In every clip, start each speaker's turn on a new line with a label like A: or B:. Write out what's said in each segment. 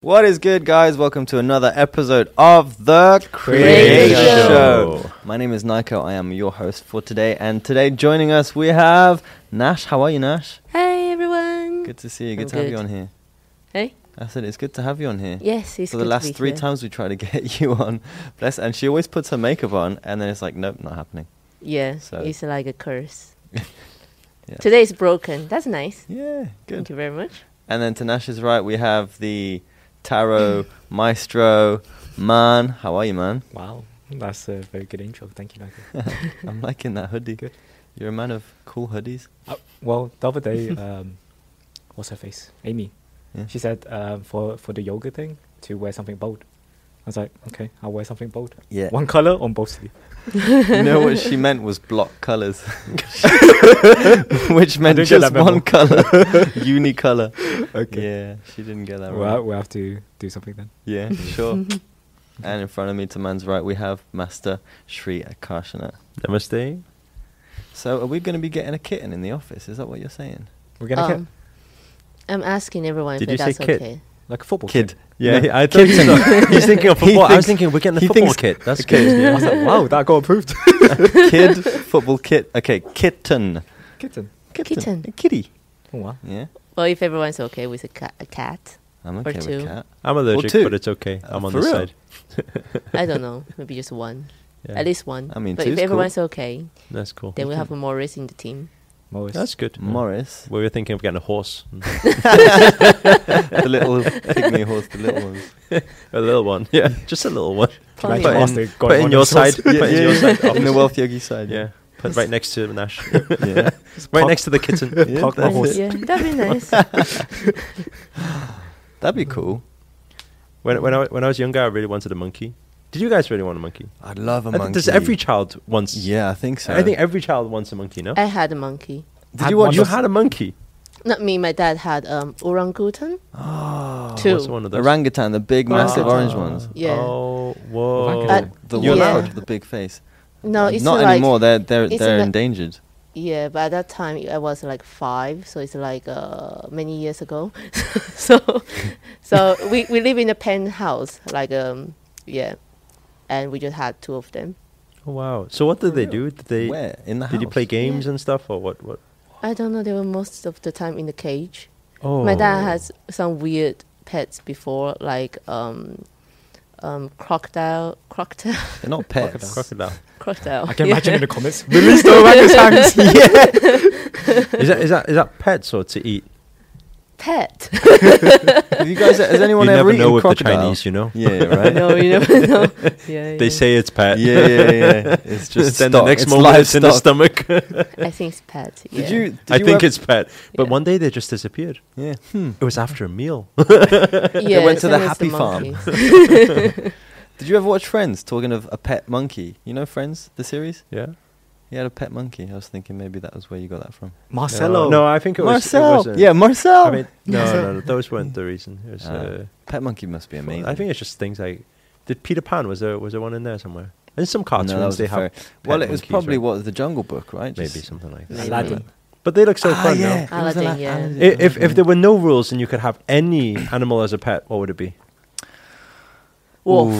A: What is good, guys? Welcome to another episode of The
B: Creation
A: Creation Show. My name is Nico. I am your host for today. And today, joining us, we have Nash. How are you, Nash?
C: Hey everyone.
A: Good to see you. Good
C: I'm
A: to have you
C: good.
A: on here.
C: Hey.
A: I said it's good to have you on here.
C: Yes, it's
A: For the
C: good to be
A: last three
C: here.
A: times we try to get you on, bless, and she always puts her makeup on, and then it's like, nope, not happening.
C: Yeah,
A: So-
C: it's like a curse.
A: Yeah.
C: Today is broken. That's nice.
A: Yeah, good.
C: Thank you very much.
A: And then to Nash's right, we have the tarot maestro, man. How are you, man?
B: Wow, that's a very good intro. Thank you, Nigel.
A: I'm liking that hoodie.
B: Good.
A: You're a man of cool hoodies.
B: Uh, well, the other day, um, what's her face? Amy.
A: Yeah.
B: She said um, for for the yoga thing to wear something bold. I was like, okay, I'll wear something bold.
A: Yeah.
B: One color on both sleeve.
A: you know what she meant was block colours, which meant
B: didn't
A: just
B: get that memo.
A: one colour, unicolor.
B: Okay.
A: Yeah, she didn't get that
B: Well,
A: right.
B: we'll have to do something then.
A: Yeah, sure. and in front of me, to man's right, we have Master Sri Akarshana.
D: Namaste.
A: So, are we going to be getting a kitten in the office? Is that what you're saying?
B: We're gonna get
C: Um, I'm asking everyone
D: Did
C: if
D: you say
C: that's
D: kid?
C: okay.
B: like a football
A: Kid.
B: kit.
D: Yeah,
A: No.
D: I thought
A: Kitten.
D: so. he's thinking of
A: He
D: football. I was
A: thinks-
D: thinking we're getting a
A: he
D: football
A: thinks-
D: kit. That's
A: Okay.
D: good.
B: I was like, wow, that got approved.
A: Kid, football kit. Okay, kitten.
B: Kitten.
C: Kitten.
A: A kitty.
B: Oh, wow.
A: Yeah,
C: Well, if everyone's okay with a, ca- a cat,
A: I'm
C: Or
A: okay with
C: two.
A: cat.
D: I'm allergic,
A: two.
D: but it's okay.
A: Uh,
D: I'm on
A: for
D: this
A: real?
D: side.
C: I don't know, maybe just one,
D: Yeah.
C: at least one.
A: I mean,
C: but
A: two's cool.
C: if everyone's okay,
D: that's cool.
C: then we have a Morris in the team.
B: Morris.
D: That's good. Yeah.
A: Morris,
D: We were thinking of getting a horse,
A: the little pygmy horse, the little ones.
D: a little one. Yeah, just a little one.
B: Can I
C: Funny.
B: just
D: Put in-
B: ask the
D: put in
B: Godmother
D: your
B: if she
D: side.
B: wants-
D: Put in your side.
A: in the wealth yogi side.
D: Yeah, put right next to Nash.
A: yeah.
D: right
B: Park-
D: next to the kitten.
A: Yeah,
B: Park my
A: that's
B: horse.
C: yeah, that'd be nice.
A: That'd be cool.
D: When when I when I was younger, I really wanted a monkey. Did you guys really want a monkey?
A: I'd love a
D: I think Does every child wants?
A: yeah, I think so.
D: I think every child wants a monkey. No,
C: I had a monkey.
A: Did you
B: Had
A: watch?
B: one
D: you
B: of-
D: had a monkey.
C: Not me. My dad had um, orangutan.
D: Oh,
C: Two.
D: what's one of those?
A: orangutan, the big, massive
D: Ah.
A: orange ones.
C: Yeah.
D: Oh, whoa.
B: Orangutan.
A: The
C: Yeah.
A: one with the big face.
C: No, it's
A: not
C: like,
A: anymore. They're they're
C: it's
A: they're
C: like-
A: endangered.
C: Yeah, but at that time I was like five, so it's like uh, many years ago. so, so we, we live in a penthouse, like um yeah, and we just had two of them.
D: Oh, wow. So what did they do? Did they
A: Where in the house?
D: did you play games
C: Yeah.
D: and stuff or what? What?
C: I don't know. They were most of the time in the cage.
D: Oh,
C: My dad has some weird pets before, like um, um crocodile, crocodile,
A: They're not
D: crocodile.
A: pets.
D: crocodile.
C: crocodile.
B: I can
C: yeah.
B: imagine in the comments. Release the orangutans.
D: is that is that is that pets or to eat?
C: pet.
A: Have you guys? Has anyone
D: you
A: ever
D: never
A: eaten
D: know with the
A: crocodile?
D: Chinese, you know.
A: Yeah, right.
C: no, you never know. Yeah,
D: They
C: yeah.
D: say it's pet.
A: Yeah, yeah, yeah. It's just
D: then
A: stock.
D: the next
A: It's
D: moment it's in the
A: livestock.
D: stomach.
C: I think it's pet. Yeah.
A: Did you? Did
D: I
A: you
D: think
A: ever-
D: it's pet. But
C: Yeah.
D: one day they just disappeared.
A: Yeah. Hmm.
D: It was after a meal.
C: Yeah,
A: went to the
C: same as
A: happy farm.
C: monkeys.
A: Did you ever watch Friends? Talking of a pet monkey. You know Friends, the series.
D: yeah.
A: He had a pet monkey. I was thinking maybe that was where you got that from.
B: Marcelo.
D: No, I think it was. it
A: Marcel.
D: wasn't.
A: yeah, Marcel.
D: I mean, no, no, no, those weren't the reason. It was,
A: Ah,
D: uh,
A: pet monkey must be amazing.
D: I think it's just things like. Did Peter Pan was there? Was there one in there somewhere? In some
A: No, that
D: cartoons
A: was
D: they
A: a fairy.
D: have.
A: Well,
D: pet
A: it was
D: monkeys,
A: probably
D: right?
A: what the Jungle Book, right?
D: maybe
A: Just- Ah,
D: something like that.
C: Maybe.
B: Aladdin.
D: But they look so fun.
A: yeah.
D: Yeah.
A: It was
C: Aladdin,
A: Ala-
C: yeah.
A: Aladdin.
D: If if there were no rules and you could have any animal as a pet, what would it be?
C: Wolf.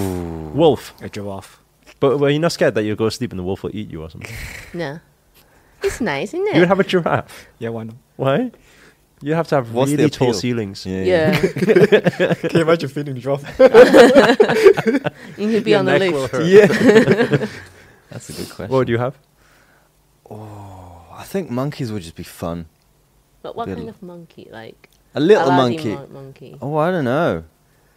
D: Wolf.
B: A giraffe.
D: But were you not scared that you'll go sleep and the wolf will eat you or something?
C: No. It's nice, isn't it?
D: You would have a giraffe.
B: Yeah, why not?
D: Why? You have to have
A: What's the
D: really tall
A: appeal?
D: ceilings.
A: Yeah.
C: yeah.
B: Can you imagine feeding the giraffe?
C: you could be
D: Your
C: on the
D: neck will
C: lift.
D: hurt.
A: That's a good question.
D: What would you have?
A: Oh, I think monkeys would just be fun.
C: But what
A: Little-
C: kind of monkey? Like
A: A little
C: Aladdin
A: monkey.
C: mon- monkey,
A: oh, I don't know.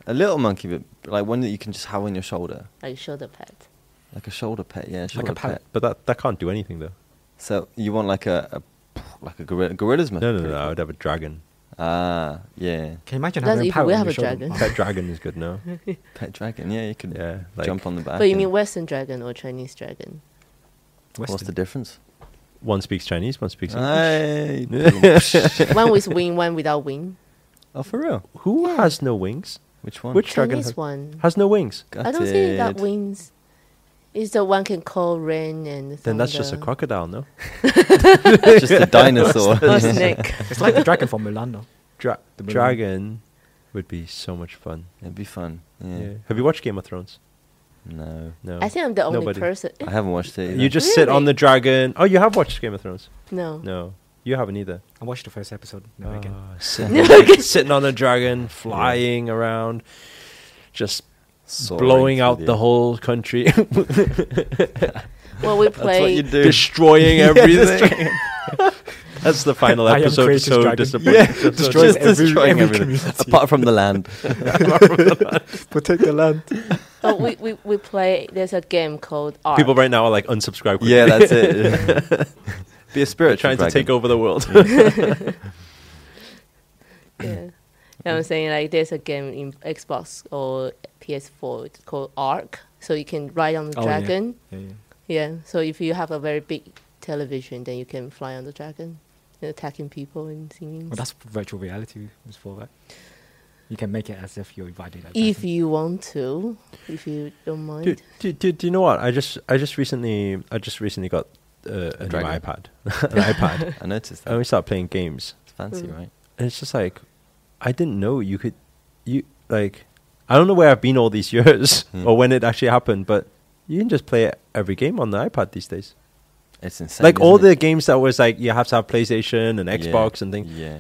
A: A little monkey, but like one that you can just have on your shoulder,
C: like shoulder pet.
A: like a shoulder pet. Yeah,
B: Like
A: shoulder
B: a parrot.
D: But that, that can't do anything though.
A: So you want like a, a like a gorilla? Gorillas must.
D: No,
A: be
D: no, no.
A: pretty
D: I
A: cool.
D: would have a dragon.
A: Ah, yeah.
B: Can you imagine
C: That's
B: having a
C: if
B: parrot
C: we
B: on
C: have
B: your
C: a
B: shoulder?
C: dragon.
D: Pet dragon is good now.
A: Pet dragon. Yeah, you could
D: Yeah, like-
A: jump on the back.
C: But you
A: and-
C: mean Western dragon or Chinese dragon?
A: what's the
B: Western.
A: difference?
D: One speaks Chinese, one speaks English.
A: Aye.
C: one with wing, one without wing.
A: oh, for real?
D: Who has no wings?
A: Which one?
D: Which dragon
C: Chinese
D: has,
C: one.
D: has no wings?
C: I don't think it got
A: Gutted.
C: wings. It's the one can call rain and thunder.
D: Then that's just a crocodile, no?
A: just a dinosaur.
C: Or snake.
B: It's like the dragon from Mulan, though.
D: Dra-
B: The balloon.
D: dragon would be so much fun.
A: It'd be fun. Yeah.
D: Yeah. Have you watched Game of Thrones?
A: No.
D: No.
C: I think I'm the only
D: Nobody.
C: person.
A: I haven't watched it. Either.
D: you just sit on
C: Really?
D: the dragon. Oh, you have watched Game of Thrones.
C: No.
D: No, you haven't either.
B: I watched the first episode. Never again.
D: Ah, sitting, sitting on a dragon, flying around, just
A: Soaring
D: blowing
A: through
D: out the whole country,
C: Well, we
A: That's what
C: play.
A: you do.
D: destroying
A: Yeah,
D: everything. That's the final
B: I am
D: episode.
B: greatest
D: so
B: dragon.
D: disappointing.
A: Yeah,
D: That's so
A: destroys
D: disappointing.
A: every- destroying every
B: community.
A: Apart from the land.
B: Protect the land.
C: oh, we, we we play. There's a game called Ark.
D: People right now are like unsubscribe.
A: yeah, that's it. be a
D: They're
A: spirit
D: trying to take over the world.
C: Yeah. And I'm saying like there's a game in Xbox or PS4 it's called Ark, so you can ride on the
B: Oh, yeah.
C: dragon.
B: Yeah, yeah.
C: Yeah. So if you have a very big television, then you can fly on the dragon, and attacking people and singing.
B: Well, that's what virtual reality is for, right? You can make it as if you're invited. that
C: if
B: person.
C: you want to, if you don't mind.
D: Dude, do, do, do you know what? I just I just recently I just recently got uh, an
A: Dragon.
D: iPad, an iPad,
A: I noticed that.
D: and we started playing games.
A: it's fancy,
C: Mm.
A: right?
D: And it's just like I didn't know you could you like I don't know where I've been all these years
A: Hmm.
D: or when it actually happened, but you can just play every game on the iPad these days.
A: It's insane.
D: like all
A: isn't
D: the
A: it?
D: games that was like you have to have PlayStation and
A: Yeah,
D: Xbox and things.
A: Yeah.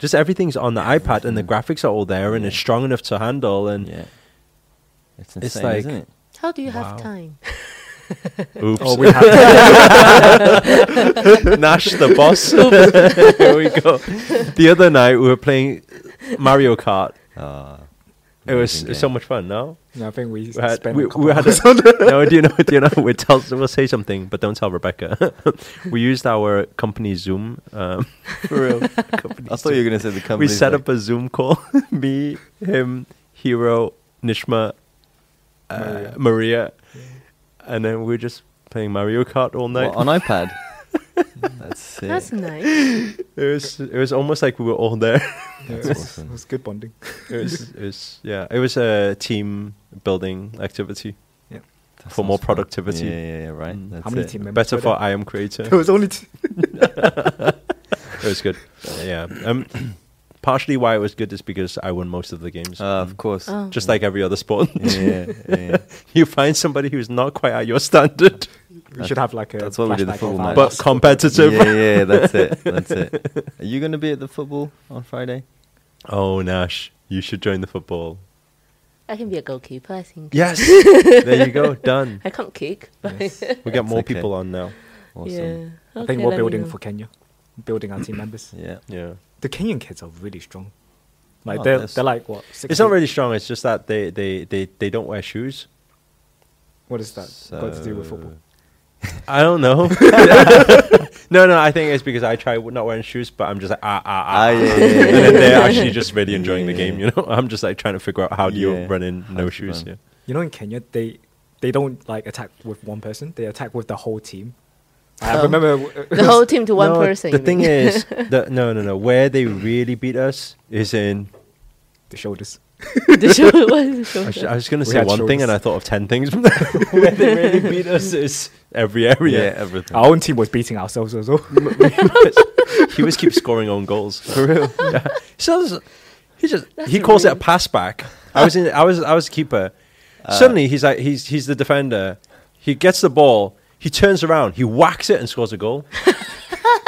D: Just everything's on the iPad and the graphics are all there and
A: Yeah.
D: it's strong enough to handle and
A: yeah. It's insane,
D: It's like-
A: isn't it?
C: How do you
D: Wow.
C: have time?
D: oops.
B: Oh, we have.
D: Nash the boss. Here we go. The other night we were playing Mario Kart.
A: Ah,
D: It was
A: amazing
D: it was so
A: game.
D: much fun. No,
B: no, I think we,
D: we had
B: spent
D: we,
B: a couple
D: we had
B: hours.
D: a, no. Do you know? Do you know? We tell we'll say something, but don't tell Rebecca. we used our company Zoom. Um, for real, company
A: I thought you were going to say the
D: we
A: company.
D: set up a Zoom call. Me, him, Hero, Nishma, uh, Maria,
B: Maria.
D: and then we were just playing Mario Kart all night.
A: What, on iPad. That's sick.
C: That's nice.
D: it was it was almost like we were all there.
B: Yeah,
A: That's
B: it was-
A: awesome.
B: It was good bonding.
D: it was it was yeah it was a team building activity
A: That
D: for more
A: sounds fun.
D: productivity.
A: Yeah, yeah, yeah, right.
D: Mm.
A: That's
B: How many
A: it.
B: team members?
D: better
B: were
D: for
B: there?
D: i am creator
B: There was only two.
D: it was good yeah um partially why it was good is because i won most of the games Mm.
A: Uh, of course.
C: Oh.
D: just like every other sport
A: yeah, yeah, yeah.
D: you find somebody who's not quite at your standard
B: We should have like a.
A: That's what we did the
B: flashback of
A: football
B: our
A: match.
D: but
B: last-
D: competitive
A: yeah, yeah, that's it. That's it. Are you going to be at the football on Friday?
D: oh nash you should join the football
C: I can be a goalkeeper. I think.
D: yes there you go done
C: I can't kick. But
B: Yes.
D: we got
A: That's
D: more
A: okay.
D: people on now
A: Awesome.
C: Yeah.
B: I
C: Okay,
B: think
C: let
B: we're
C: me
B: building
C: know.
B: for Kenya, building our team members.
A: Yeah.
D: yeah
B: The Kenyan kids are really strong. Like
A: Oh,
B: they're
A: that's-
B: they're like what? Six
D: it's not really strong it's just that they they they, they don't wear shoes
B: What is that got to do with football?
A: So-
D: I don't know. no, no, I think it's because I try not wearing shoes, but I'm just like ah ah ah.
A: Ah, yeah, yeah, yeah,
D: and
A: yeah,
D: then they're
A: yeah.
D: actually just really enjoying the
A: Yeah.
D: game. You know, I'm just like trying to figure out how do you
A: Yeah.
D: run in
A: How
D: no
A: to
D: shoes.
A: run.
D: Yeah.
B: You know, in Kenya, they they don't like attack with one person. They attack with the whole team. I
C: Oh.
B: remember w- it
C: The
B: was-
C: whole team to one
D: No,
C: person.
D: The
C: you
D: thing
C: mean?
D: is, the, no, no, no. Where they really beat us is in.
B: the shoulders.
C: the shoulder, what is the
D: I,
C: shoulder?
D: sh- I was gonna
B: We
D: say
B: had
D: one thing,
B: shoulders.
D: and I thought of ten things. where they really beat us is every
A: Yeah,
D: area.
A: everything.
B: Our own team was beating ourselves as well.
D: he was keep scoring own goals for real. Yeah. So he just
C: That's
D: he calls it a
C: rude.
D: pass back. I was in I was I was a keeper. Suddenly he's like he's he's the defender. He gets the ball. He turns around. He whacks it and scores a goal.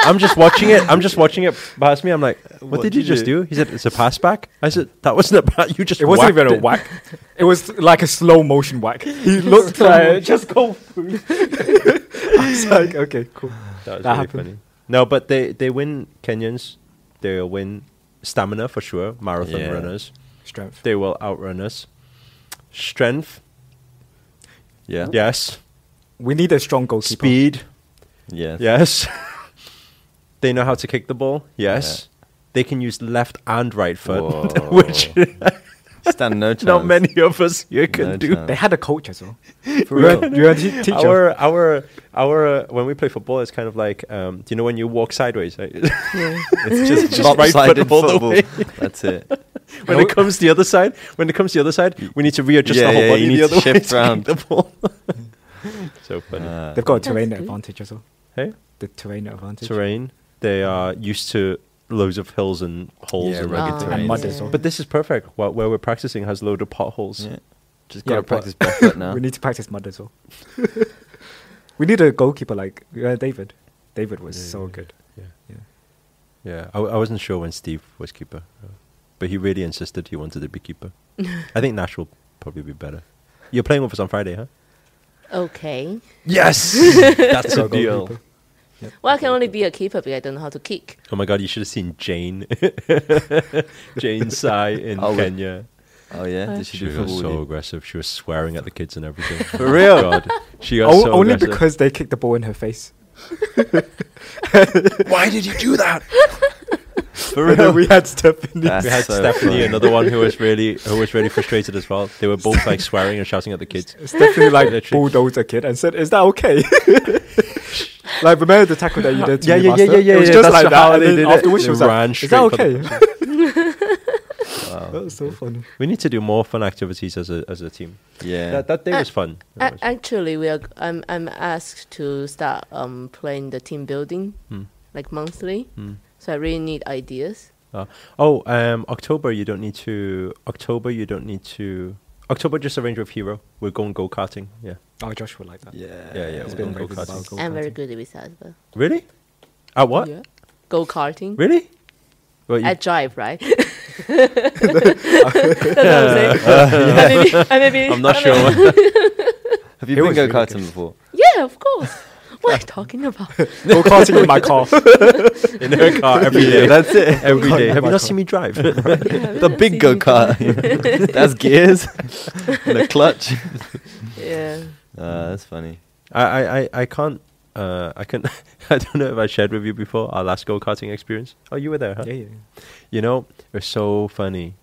D: I'm just watching it. I'm just watching it past me. I'm like, what,
A: What
D: did you
A: did
D: just
A: you-
D: do? He said, it's a pass back. I said, that wasn't a pass. You just
B: It wasn't even
D: whacked
B: a
D: it."
B: whack. It was like a slow motion whack. He looked
C: Slow
B: like
C: motion.
B: just go through. I was like, okay, cool.
D: That was
B: That
D: really
B: happened.
D: funny. No, but they they win Kenyans. They win stamina for sure. Marathon
A: Yeah.
D: runners.
B: Strength.
D: They will outrun us. Strength.
A: yeah.
D: Yes.
B: We need a strong goalkeeper.
D: Speed.
A: Yes.
D: Yes. they know how to kick the ball. Yes. They can use left and right foot,
A: Whoa.
D: which
A: Stand no chance.
D: not many of us here can
A: No
D: do.
A: chance.
B: They had a coach as well.
A: For
B: We
A: real.
B: had, we had a teacher.
D: Our our our uh, when we play football, it's kind of like um, do you know when you walk sideways? Right?
C: Yeah.
A: It's just,
D: Just
A: lopsided
D: right-footed all the
A: football.
D: way.
A: That's it.
D: when it comes the other side, when it comes the other side, we need to readjust
A: Yeah,
D: the whole
A: yeah,
D: body
A: you need
D: the other
A: to
D: way
A: shift
D: to
A: round.
D: kick the ball. so funny.
A: Uh,
B: They've got a
C: That's
B: terrain
C: good.
B: advantage as well.
D: hey,
B: The terrain advantage.
D: terrain. They are used to loads of hills and holes
A: Yeah,
D: and
A: rugged
D: rugged
C: Oh,
D: terrain.
B: And mud as well.
D: But this is perfect. Where, where we're practicing has load of potholes.
A: Yeah. Just gotta
B: Yeah, but-
A: practice barefoot now.
B: We need to practice mud as well. we need a goalkeeper like uh, David. David was so good.
D: Yeah,
B: Yeah.
D: yeah. I, I wasn't sure when Steve was keeper, uh, but he really insisted he wanted to be keeper. I think Nash will probably be better. You're playing with us on Friday, huh?
C: Okay.
D: Yes, that's
B: So
D: a deal.
B: goalkeeper.
C: Well, I can only be a keeper because I don't know how to kick.
D: Oh my god, you should have seen Jane, Jane Sai in
A: Oh, with-
D: Kenya.
A: Oh yeah, did she do
D: She was
A: football?
D: so
A: with you?
D: aggressive. She was swearing at the kids and everything. Oh
A: For real?
D: God, she got
B: O-
D: so
B: only
D: aggressive.
B: because they kicked the ball in her face.
D: why did you do that?
A: For
B: And then
A: real?
B: we had Stephanie.
A: That's
D: we had
A: so
D: Stephanie,
A: funny.
D: another one who was really who was really frustrated as well. They were both like swearing and shouting at the kids.
B: Stephanie like
D: Literally.
B: bulldozed a kid and said, "Is that okay?" like remember the tackle that you did? To
D: Yeah,
B: me,
D: yeah, yeah,
B: master?
D: yeah, yeah,
B: It was
D: yeah,
B: just
D: that's
B: like
D: how
B: that. And
D: they
B: then
D: did it.
B: afterwards she
D: They
B: was
D: ran
B: like, "Is that
D: straight for
B: okay?"
D: the-
B: that was so funny.
D: We need to do more fun activities as a as a team.
A: Yeah.
D: That that day
C: Uh,
D: was fun. It
C: A-
D: was-
C: actually, we are. I'm. I'm asked to start um playing the team building
D: Hmm.
C: like monthly.
D: Hmm.
C: So I really need ideas.
D: Uh, oh, um, October you don't need to. October you don't need to. October just arrange with Hero. We're going go karting. Yeah.
B: Oh, Josh would like that.
A: yeah.
D: Yeah, yeah,
B: He's
D: we're
B: been
D: going
B: very
D: go
B: good about
D: karting.
B: go
C: I'm very
B: karting.
C: good with that. But
D: Really? At what?
C: Yeah. Go karting.
D: Really? Well, you,
C: I drive, right? That's what I'm saying. I may be- I may be-
D: I'm not
C: I may-
D: sure.
A: Have you
B: It
A: been
B: was
A: go
B: really
A: karting
B: good.
A: before?
C: Yeah, of course. What are you talking about?
B: Go karting in my car.
D: in her car every day.
A: that's it.
D: every
B: Can't
D: day.
B: have
D: Have you
B: my
D: not
B: car.
D: seen me drive?
A: the big go kart. that's gears and a clutch.
C: Yeah.
A: Uh, that's funny.
D: I, I, I, I can't. Uh, I can. I don't know if I shared with you before our last go karting experience. Oh, you were there, huh?
B: yeah, yeah.
D: You know, it was so funny.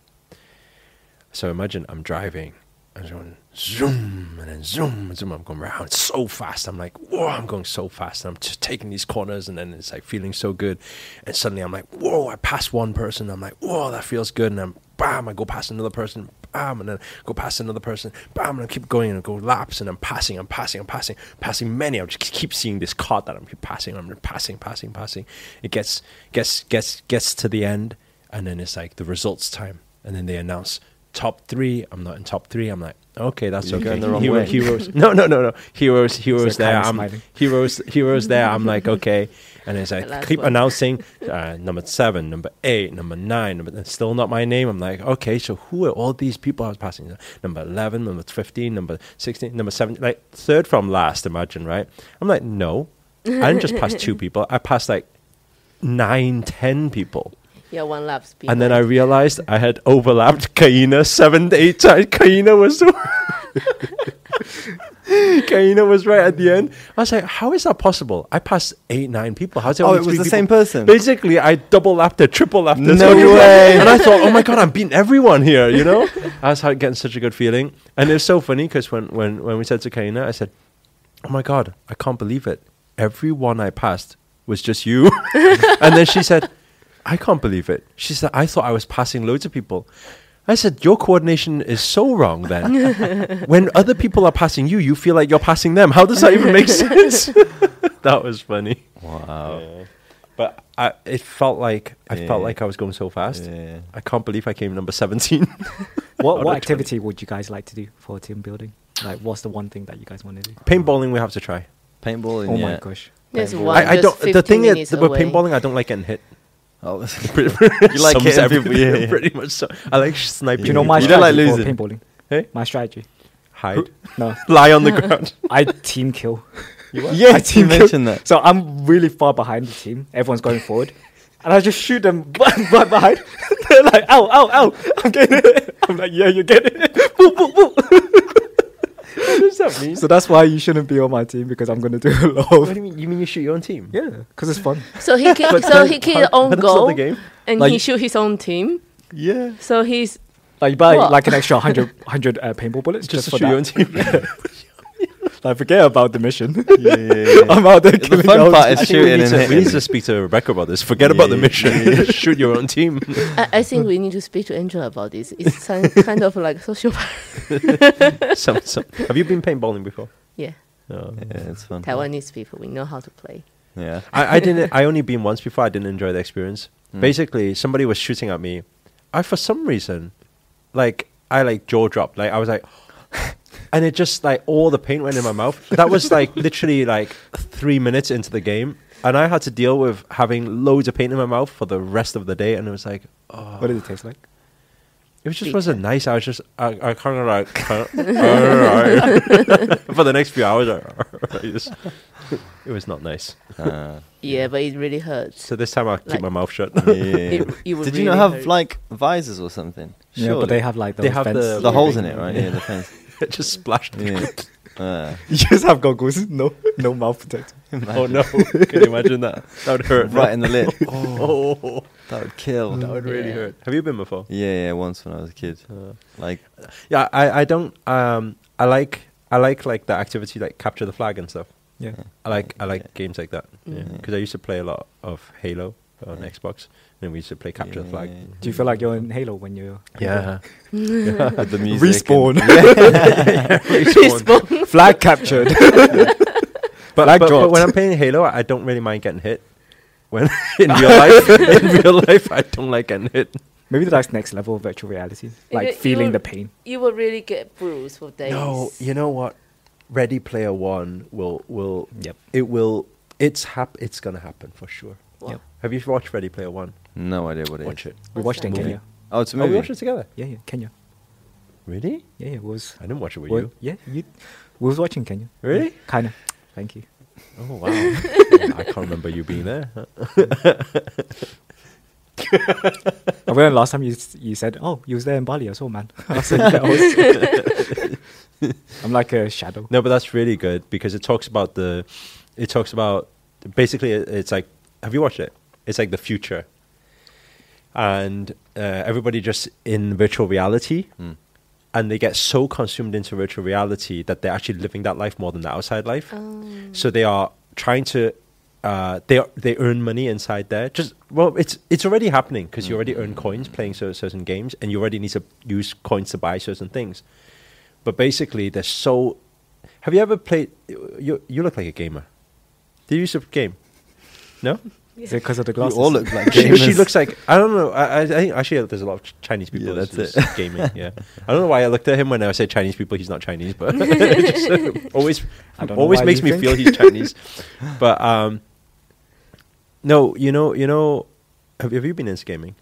D: So imagine I'm driving, I'm just going zoom and then zoom and zoom. I'm going round so fast. I'm like, whoa, I'm going so fast. And I'm just taking these corners and then it's like feeling so good. And suddenly I'm like, whoa, I pass one person. I'm like, whoa, that feels good. And I'm bam, I go past another person, bam, and then go past another person, bam, and I keep going and I go laps and I'm passing, I'm passing, I'm passing, passing many. I just keep seeing this cart that I'm keep passing, I'm passing, passing, passing. It gets gets gets gets to the end and then it's like the results time, and then they announce top three. I'm not in top three. I'm like, okay, that's
A: You're
D: okay.
A: going the wrong
D: Hero-
A: way.
D: Heroes, no, no, no, no. Heroes, heroes.
B: So
D: there,
B: Karen's
D: I'm
B: smiling.
D: heroes, heroes. There, I'm like, okay. And it's
C: The
D: like
C: last
D: keep
C: one.
D: announcing uh, number seven, number eight, number nine, number that's still not my name. I'm like, okay, so who are all these people I was passing? Number eleven, number fifteen, number sixteen, number seven, like third from last. Imagine, right? I'm like, no, I didn't just pass two people. I passed like nine, ten people.
C: Yeah, one lap speed.
D: And then I realized I had overlapped Kaina seven to eight times. Kaina was Kaina was right at the end. I was like, how is that possible? I passed eight, nine people. How's it
A: Oh,
D: only
A: it was
D: three
A: the
D: people?
A: same person?
D: Basically, I double lapped her, triple lapped her.
A: No
D: so-
A: way.
D: And I thought, oh my god, I'm beating everyone here, you know? I was like, getting such a good feeling. And it's so funny because when, when, when we said to Kaina, I said, oh my god, I can't believe it. Everyone I passed was just you. and then she said, I can't believe it. She said, I thought I was passing loads of people. I said, Your coordination is so wrong then. when other people are passing you, you feel like you're passing them. How does that even make sense? that was funny.
A: Wow.
D: Yeah. But I, it felt like I felt
A: Yeah.
D: like I was going so fast.
A: Yeah.
D: I can't believe I came number seventeen. Out
B: What
D: of
B: what
D: 20.
B: activity would you guys like to do for team building? Like, what's the one thing that you guys want to do?
D: Paintballing, we have to try.
A: Paintballing.
B: Oh
A: yeah.
B: my gosh.
C: There's
B: Paintball.
C: one-
D: I, I
C: just
D: don't.
C: 15
D: The thing is
C: minutes
D: with
C: away.
D: paintballing, I don't like getting hit.
A: Oh, you
D: Pretty-
A: like
D: sums
A: hitting people? Yeah,
D: everything
A: yeah.
D: Pretty much. So. I like sniping.
B: Do you know my
A: You don't
B: strategy
A: like
B: for
A: losing.
B: paintballing?
D: Hey?
B: My strategy.
D: hide,
B: No,
D: lie on the ground.
B: I team kill. I
A: Yes, you
B: team kill.
A: mentioned that.
B: So I'm really far behind the team. Everyone's going forward. And I just shoot them right behind. They're like, ow, ow, ow. I'm getting it. I'm like, yeah, you get it. Boop, boop, boop.
D: what does that mean?
B: So that's why you shouldn't be on my team because I'm going to do a lot.
D: what do
B: Of,
D: you mean? You mean you shoot your own team?
B: yeah, because it's fun.
C: so he kicked.
D: But
C: so
D: no,
C: he kicked his own
D: that's not
C: goal,
D: the game.
C: and
B: Like-
C: he shoot his own team.
D: Yeah.
C: So he's
B: Like, you buy
C: What?
B: like an extra 100, 100 uh, paintball bullets just,
D: Just, to
B: for
D: shoot your
B: that.
D: own team.
B: Like, forget about the mission.
A: Yeah, yeah, yeah.
B: I'm out there
A: The
B: killing
A: fun
B: those.
A: part is
D: I think we
A: shooting
D: need
A: and
D: to- We need
A: hitting.
D: to speak to Rebecca about this. Forget about the
A: Yeah.
D: mission. shoot your own team.
C: I, I think we need to speak to Angela about this. It's some kind of like social.
D: Some- some- Have you been paintballing before?
C: yeah,
D: No.
A: Yeah, it's fun.
C: Taiwanese people, we know how to play.
A: Yeah.
D: I, I didn't. I only been once before. I didn't enjoy the experience. Basically, somebody was shooting at me. I, for some reason, like I like jaw dropped. Like I was like, and it just like all the paint went in my mouth. That was like literally like three minutes into the game, and I had to deal with having loads of paint in my mouth for the rest of the day. And it was like, oh,
B: What did it taste like?
D: it was just
C: Bitter.
D: wasn't nice. I was just I, I kind of like for the next few hours. I, I just- it was not nice.
A: Uh,
C: Yeah, but it really hurts.
D: So this time I'll keep
C: Like-
D: my mouth shut.
A: yeah.
C: It- it would
A: Did you not
C: really
A: have
C: hurt.
A: like visors or something?
B: Yeah,
A: Surely.
B: but they have like
D: They
B: those
D: have
B: fence-
D: the-
A: the
C: Yeah.
A: holes in it, right? Yeah, the fence.
D: it just splashed.
A: Yeah. Uh,
B: You just have goggles, no, no mouth protector.
D: Oh no! Can you imagine that? That would hurt. no?
A: right in the lid.
D: Oh,
A: That would kill.
D: that would really
C: Yeah.
D: hurt. Have you been before?
A: Yeah, yeah. Once when I was a kid, like
D: Yeah, I, I don't. Um, I like I like like the activity like capture the flag and stuff.
B: Yeah.
D: I like I like
A: Yeah.
D: games like that because
A: Mm.
D: I used to play a lot of Halo on
A: Yeah.
D: Xbox, and we used to play capture the flag.
A: Yeah.
B: Do you feel like you're in Halo when you're?
D: Yeah,
A: with the music. and-
B: Respawn.
C: Respawn.
B: Flag captured.
D: but,
B: Flag
D: but, but
B: dropped.
D: when I'm playing Halo, I don't really mind getting hit. When in real life, in real life, I don't like getting hit.
B: Maybe that's next level of virtual reality, like
C: You- you
B: feeling
C: will-
B: the pain.
C: You will really get bruised for days.
D: No, you know what? Ready Player One will will
B: Yep.
D: it will it's hap it's gonna happen for sure.
C: Wow.
B: Yep.
D: Have you watched Ready Player One?
A: No idea what it is.
D: Watch it.
B: We
C: What's
B: watched it in
C: that?
B: Kenya.
A: Oh, it's a
D: Oh,
A: movie.
D: we watched it together.
B: Yeah, yeah, Kenya.
D: Really?
B: Yeah, yeah, was.
D: I didn't watch it with
B: wa-
D: you.
B: Yeah, you. We was watching Kenya.
D: Really?
B: Kinda. Thank you.
D: Oh wow! I can't remember you being there.
B: I remember last time you s- you said, "Oh, you was there in Bali as well, man." I said, "Yeah, I was." I'm like a shadow.
D: No, but that's really good because it talks about the, it talks about basically it- it's like have you watched it? It's like the future, and uh, everybody just in virtual reality, and they get so consumed into virtual reality that they're actually living that life more than the outside life. So they are trying to. Uh, they they earn money inside there. Just well, it's it's already happening because you already earn coins playing cer- certain games, and you already need to use coins to buy certain things. But basically, they're so. Have you ever played? You you look like a gamer. Do you use a game? No.
B: Is it because of the
A: You
B: glasses?
A: all look like
D: She,
A: gamers.
D: she looks like I don't know. I, I I think actually there's a lot of Ch- Chinese people
A: Yeah,
D: that's,
A: that's
D: that's gaming. Yeah, I don't know why I looked at him when I said Chinese people. He's not Chinese, but it just, uh, always
B: I don't know
D: always
B: why
D: makes
B: you
D: me
B: think.
D: feel he's Chinese. but um, no, you know, you know, have, have you been into gaming?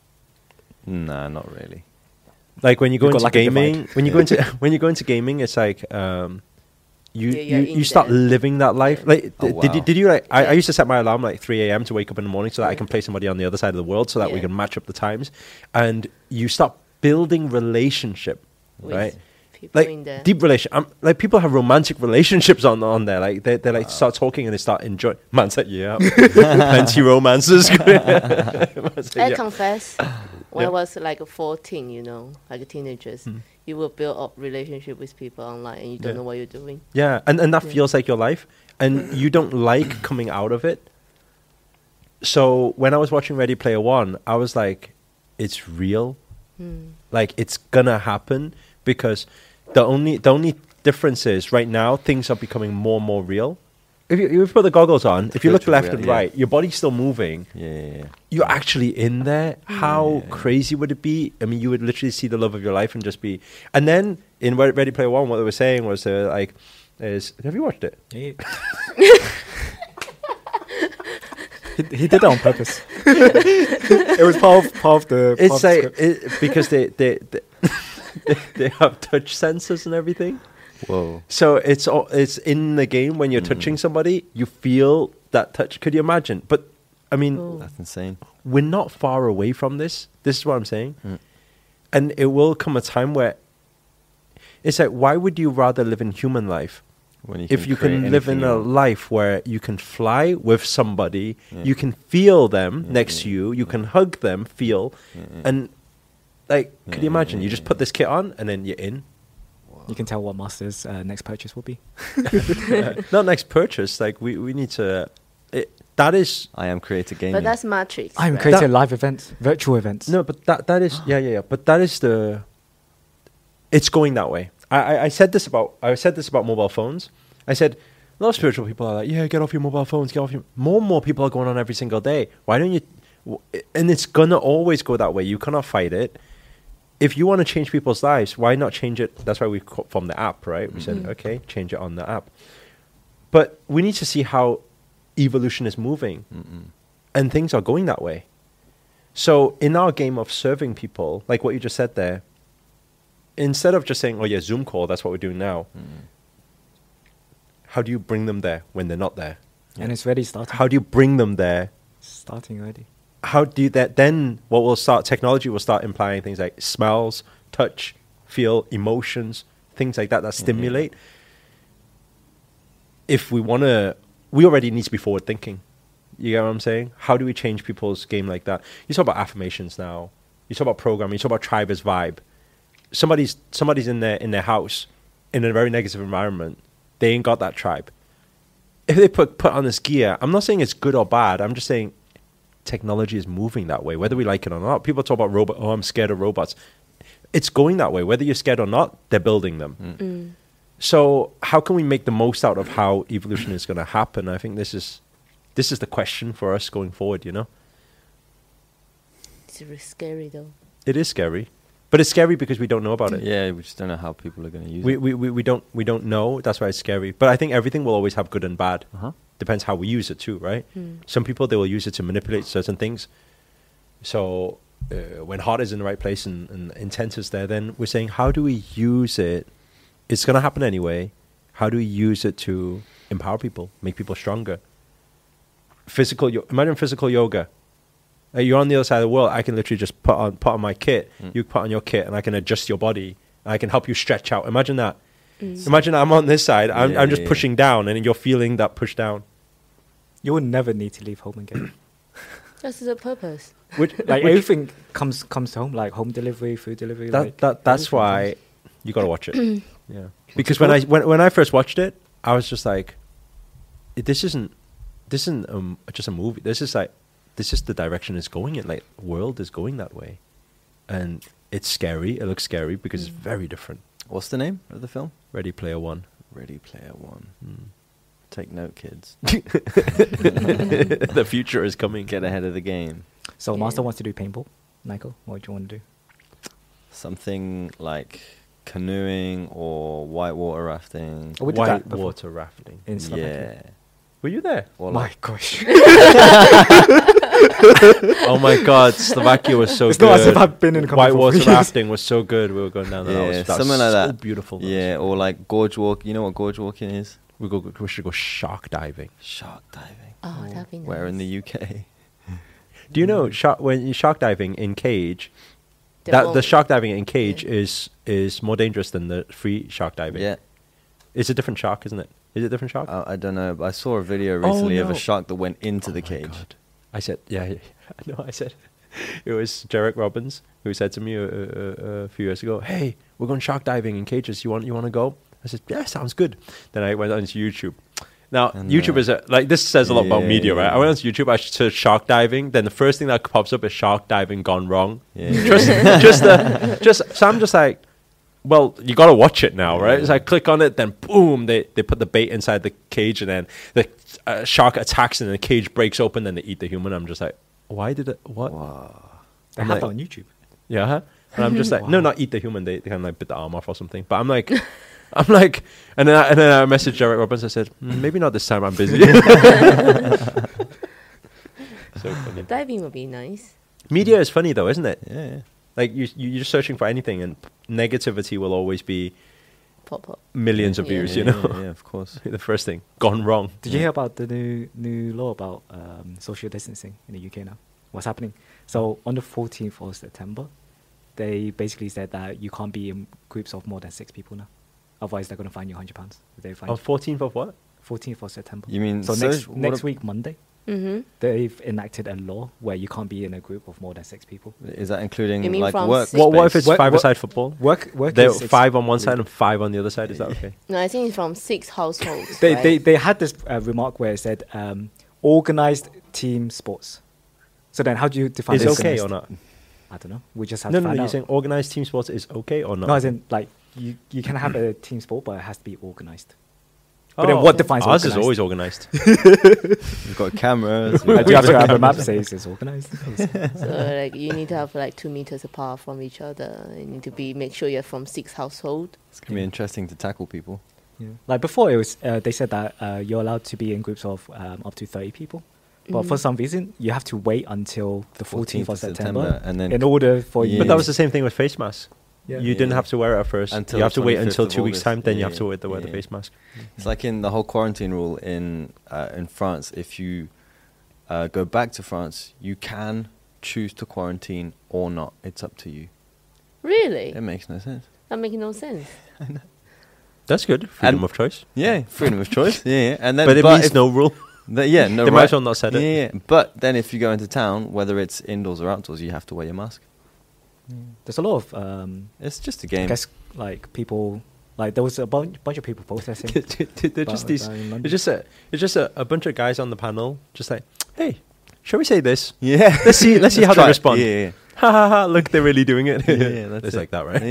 A: Nah, not really.
D: Like when you go
B: You've got
D: into
B: like a divide.
D: gaming, when you go
A: Yeah.
D: into when you go into gaming, it's like um, you
C: Yeah, you're
D: you,
C: in
D: you start
C: there.
D: living that life. Like
A: Oh,
D: d- did you
A: wow.
D: did you like? I, I
C: Yeah.
D: used to set my alarm like three a.m. to wake up in the morning so that I
C: Yeah.
D: can play somebody on the other side of the world so that we
C: Yeah.
D: can match up the times, and you start building relationship,
C: With
D: right?
C: people in there.
D: Like deep relation. i like people have romantic relationships on on there. Like they they like start talking and they start enjoying. Man said, yeah, plenty romances. Man said,
C: I
D: yeah.
C: confess, when
D: Yeah.
C: I was like 14, you know, like teenagers, you will build up relationship with people online and you don't
D: Hmm. Yeah.
C: know what you're doing.
D: Yeah, and, and that
C: Yeah.
D: feels like your life, and you don't like coming out of it. So when I was watching Ready Player One, I was like, it's real, like it's gonna happen because the only the only difference is right now things are becoming more and more real. If you, you put the goggles on, if you look
A: Virtual
D: left and
A: reality, yeah.
D: right, your body's still moving.
A: Yeah, yeah, yeah.
D: You're actually in there. How
A: Yeah.
D: crazy would it be? I mean, you would literally see the love of your life and just be. And then in Re- Ready Player One, what they were saying was uh, like, is have you watched it?
B: Yeah, yeah. he, he did that on purpose. it was part of, part of the. part of
D: It's
B: the
D: like
B: script.
D: it, because they they, they they they have touch sensors and everything.
A: Whoa.
D: So it's all, it's in the game when you're
B: Hmm.
D: touching somebody, you feel that touch. Could you imagine? But I mean,
C: Oh.
A: That's insane.
D: we're not far away from this. This is what I'm saying.
B: Hmm.
A: Mm.
D: And it will come a time where it's like, why would you rather live in human life
A: When you
D: if you can
A: create
D: live in
A: anything
D: a
A: you want.
D: life where you can fly with somebody,
A: Yeah. Mm-hmm.
D: you can feel them
A: Yeah,
D: next
A: yeah,
D: to you, you can hug them, feel,
A: Mm-hmm.
D: and like, could
A: Yeah,
D: you
A: yeah,
D: imagine?
A: yeah,
D: you just
A: yeah.
D: put this kit on and then you're in.
B: you can tell what Master's uh, next purchase will be.
D: Not next purchase. Like we, we need to. It, that is
A: I am creator gaming.
C: But that's Matrix.
B: I am
C: right?
B: creating
D: That-
B: live events, virtual events.
D: No, but that that is yeah, yeah, yeah. But that is the. It's going that way. I, I I said this about I said this about mobile phones. I said a lot of spiritual people are like, yeah, get off your mobile phones, get off your. More and more people are going on every single day. Why don't you? W- And it's gonna always go that way. You cannot fight it. If you want to change people's lives, why not change it? That's why we co- from the app, right? We said, okay, change it on the app. But we need to see how evolution is moving, and things are going that way. So in our game of serving people, like what you just said there, instead of just saying, "Oh yeah, Zoom call," that's what we're doing now. How do you bring them there when they're not there?
B: And it's already starting.
D: How do you bring them there?
B: starting already.
D: How do you that then? What will start? Technology will start implying things like smells, touch, feel, emotions, things like that that stimulate. If we want to, we already need to be forward thinking. You get what I'm saying? How do we change people's game like that? You talk about affirmations now. You talk about programming. You talk about tribe as vibe. Somebody's somebody's in their in their house, in a very negative environment. They ain't got that tribe. If they put put on this gear, I'm not saying it's good or bad. I'm just saying technology is moving that way, whether we like it or not. People talk about robot. Oh, I'm scared of robots. It's going that way, whether you're scared or not. They're building them. So how can we make the most out of how evolution is going to happen? I think this is this is the question for us going forward. You know,
C: It's really scary though.
D: it is scary, but it's scary because we don't know about it.
A: Yeah, we just don't know how people are going to use
D: We,
A: it.
D: we, we, we don't we don't know. That's why it's scary. But I think everything will always have good and bad.
A: Uh-huh.
D: Depends how we use it too, right? Some people they will use it to manipulate certain things. So uh, when heart is in the right place and, and intent is there, then we're saying how do we use it? It's going to happen anyway. How do we use it to empower people, make people stronger? Physical, yo- imagine physical yoga. Uh, you're on the other side of the world. I can literally just put on put on my kit.
A: Mm.
D: You put on your kit, and I can adjust your body. And I can help you stretch out. Imagine that. Imagine I'm on this side. I'm, I'm just
A: Yeah.
D: pushing down, and you're feeling that push down.
B: You will never need to leave home again.
C: That's the purpose.
D: Which
B: like
D: which-
B: everything comes comes home, like home delivery, food delivery.
D: that,
B: like,
D: that that's
B: everything
D: why
B: comes.
D: you gotta watch it. yeah, because when I when, when I first watched it, I was just like, this isn't this isn't um, just a movie. This is like this is the direction it's going in. Like world is going that way, and it's scary. It looks scary because it's
A: Mm.
D: very different.
A: What's the name of the film?
D: Ready Player One.
A: Ready Player One.
D: Mm.
A: Take note, kids.
D: the future is coming.
A: Mm. Get ahead of the game.
B: So
C: Yeah.
B: Master wants to do paintball. Nico, what do you want to do?
A: Something like canoeing or whitewater rafting.
B: Oh, we did
D: White
B: that before.
D: water rafting.
B: In Slovakia.
A: yeah.
D: Were you there?
A: Or
B: My
A: like-
B: gosh.
D: oh my god, Slovakia was so
B: It's
D: good.
B: not as if I've been in a couple
D: White
B: for
D: water
B: three years.
D: rafting was so good. We were going down there.
A: yeah,
D: that was, that was
A: something like
D: so
A: that.
D: Beautiful. That was-
A: Yeah, or like gorge walk. You know what gorge walking is?
D: we go. We should go shark diving.
A: Shark diving.
C: Oh, that'd be nice.
A: Where in the UK?
D: Do you know shark when you shark diving in cage?
C: They
D: that the
C: won't.
D: shark diving in cage
C: Yeah.
D: is is more dangerous than the free shark diving.
A: Yeah.
D: it's a different shark, isn't it? Is it a different shark?
A: I, I don't know. but I saw a video recently of
D: Oh, no.
A: a
D: Oh
A: shark that went into the
D: my
A: cage.
D: God. I said, yeah, yeah, yeah, I know. I said, it was Jarek Robbins who said to me a, a, a few years ago, "Hey, we're going shark diving in cages. You want you want to go?" I said, "Yeah, sounds good." Then I went onto YouTube. Now,
A: And,
D: YouTube
A: uh,
D: is a, like this says a lot about
A: yeah,
D: media, right?
A: yeah.
D: I went onto YouTube, I searched shark diving. Then the first thing that pops up is shark diving gone wrong.
A: Yeah, yeah,
D: just, just, the, just. So I'm just like, well, you got to watch it now, right? So I click on it, then boom, they, they put the bait inside the cage, and then the uh, shark attacks, and the cage breaks open, then they eat the human. I'm just like, why did it? What?
A: Wow.
B: They
D: I'm
B: have
D: like-
B: that on YouTube.
D: Yeah. huh? And I'm just like, no, not eat the human. They, they kind of like bit the arm off or something. But I'm like, I'm like, and then I, and then I messaged Derek Robbins. I said, "Mm, maybe not this time. I'm busy. so funny.
C: diving would be nice.
D: Media is funny though, isn't it?
A: Yeah. yeah.
D: Like you, you- you're searching for anything, and negativity will always be
C: Pop up.
D: millions of
C: Yeah.
D: views.
A: yeah,
D: you know,
A: Yeah, yeah, of course.
D: the first thing gone wrong.
B: Did you hear about the new new law about um, social distancing in the UK now? What's happening?
D: Oh.
B: So on the 14th of September, they basically said that you can't be in groups of more than six people now. Otherwise, they're going to fine you 100 pounds. They fine
D: On 14th of what?
B: 14th of September.
A: You mean
B: so
A: so-
B: next
A: what
B: next
A: ab-
B: week Monday?
C: Mm-hmm.
B: They've enacted a law where you can't be in a group of more than six people.
A: Is that including
C: You mean
A: like
C: from
A: work?
C: six-
D: What, what if it's
B: What-
D: five
B: what-
D: aside football?
B: Work work
D: They're
B: is ex-
D: five on one side and five on the other side. Is that okay?
C: No, I think it's from six households.
B: they,
C: right?
B: they, they had this uh, remark where it said um, organized team sports. So then, how do you define
D: Is it okay
B: organised?
D: or not?
B: I don't know. We just have
D: No,
B: to
D: no, no.
B: find
D: You're
B: out.
D: saying organized team sports is okay or not?
B: No, as in like you, you can have a team sport, but it has to be organized. But
D: Oh,
B: then what defines
D: ours is
B: organised?
D: always organized.
A: We've got cameras.
B: I
A: we've
B: do
A: got-
B: have to have a map says it's organized.
C: So like you need to have like two meters apart from each other. You need to be make sure you're from six household.
A: It's gonna be interesting to tackle people.
B: Yeah. Like before, it was uh, they said that uh, you're allowed to be in groups of um, up to thirty people, but
D: Mm.
B: for some reason you have to wait until the fourteenth of September,
A: and then
B: in order for you.
D: But that was the same thing with face masks.
B: Yeah.
D: You didn't
A: Yeah.
D: have to wear it at first.
A: Until
D: you have
A: the
D: to wait
A: 25th
D: until
A: of
D: two weeks
A: August.
D: time, then you
A: Yeah,
D: have to wear the, wear the
A: yeah.
D: face mask.
A: It's like in the whole quarantine rule in uh, in France. If you uh, go back to France, you can choose to quarantine or not. It's up to you.
C: Really?
A: It makes no sense.
C: That making no sense.
D: That's good. Freedom
A: And-
D: of choice.
A: Yeah, freedom of choice. Yeah, yeah. and then
D: But it means
A: if-
D: no rule.
A: th- yeah, no.
D: They might
A: right-
D: as well not said it.
A: Yeah, yeah. But then if you go into town, whether it's indoors or outdoors, you have to wear your mask.
B: There's a lot of um,
A: It's just a
B: I
A: game.
B: guess like people like there was a bunch bunch of people protesting.
D: They're just
B: But-
D: these.
B: but in
D: They're
B: London-
D: just a. It's just a, a bunch of guys on the panel, just like, hey, shall we say this?
A: Yeah.
D: Let's see. Let's see how
A: try
D: they
A: it.
D: respond.
A: Yeah, yeah.
D: Ha ha ha! Look, they're really doing it.
A: yeah, yeah that's
D: it's
A: it.
D: like that, right?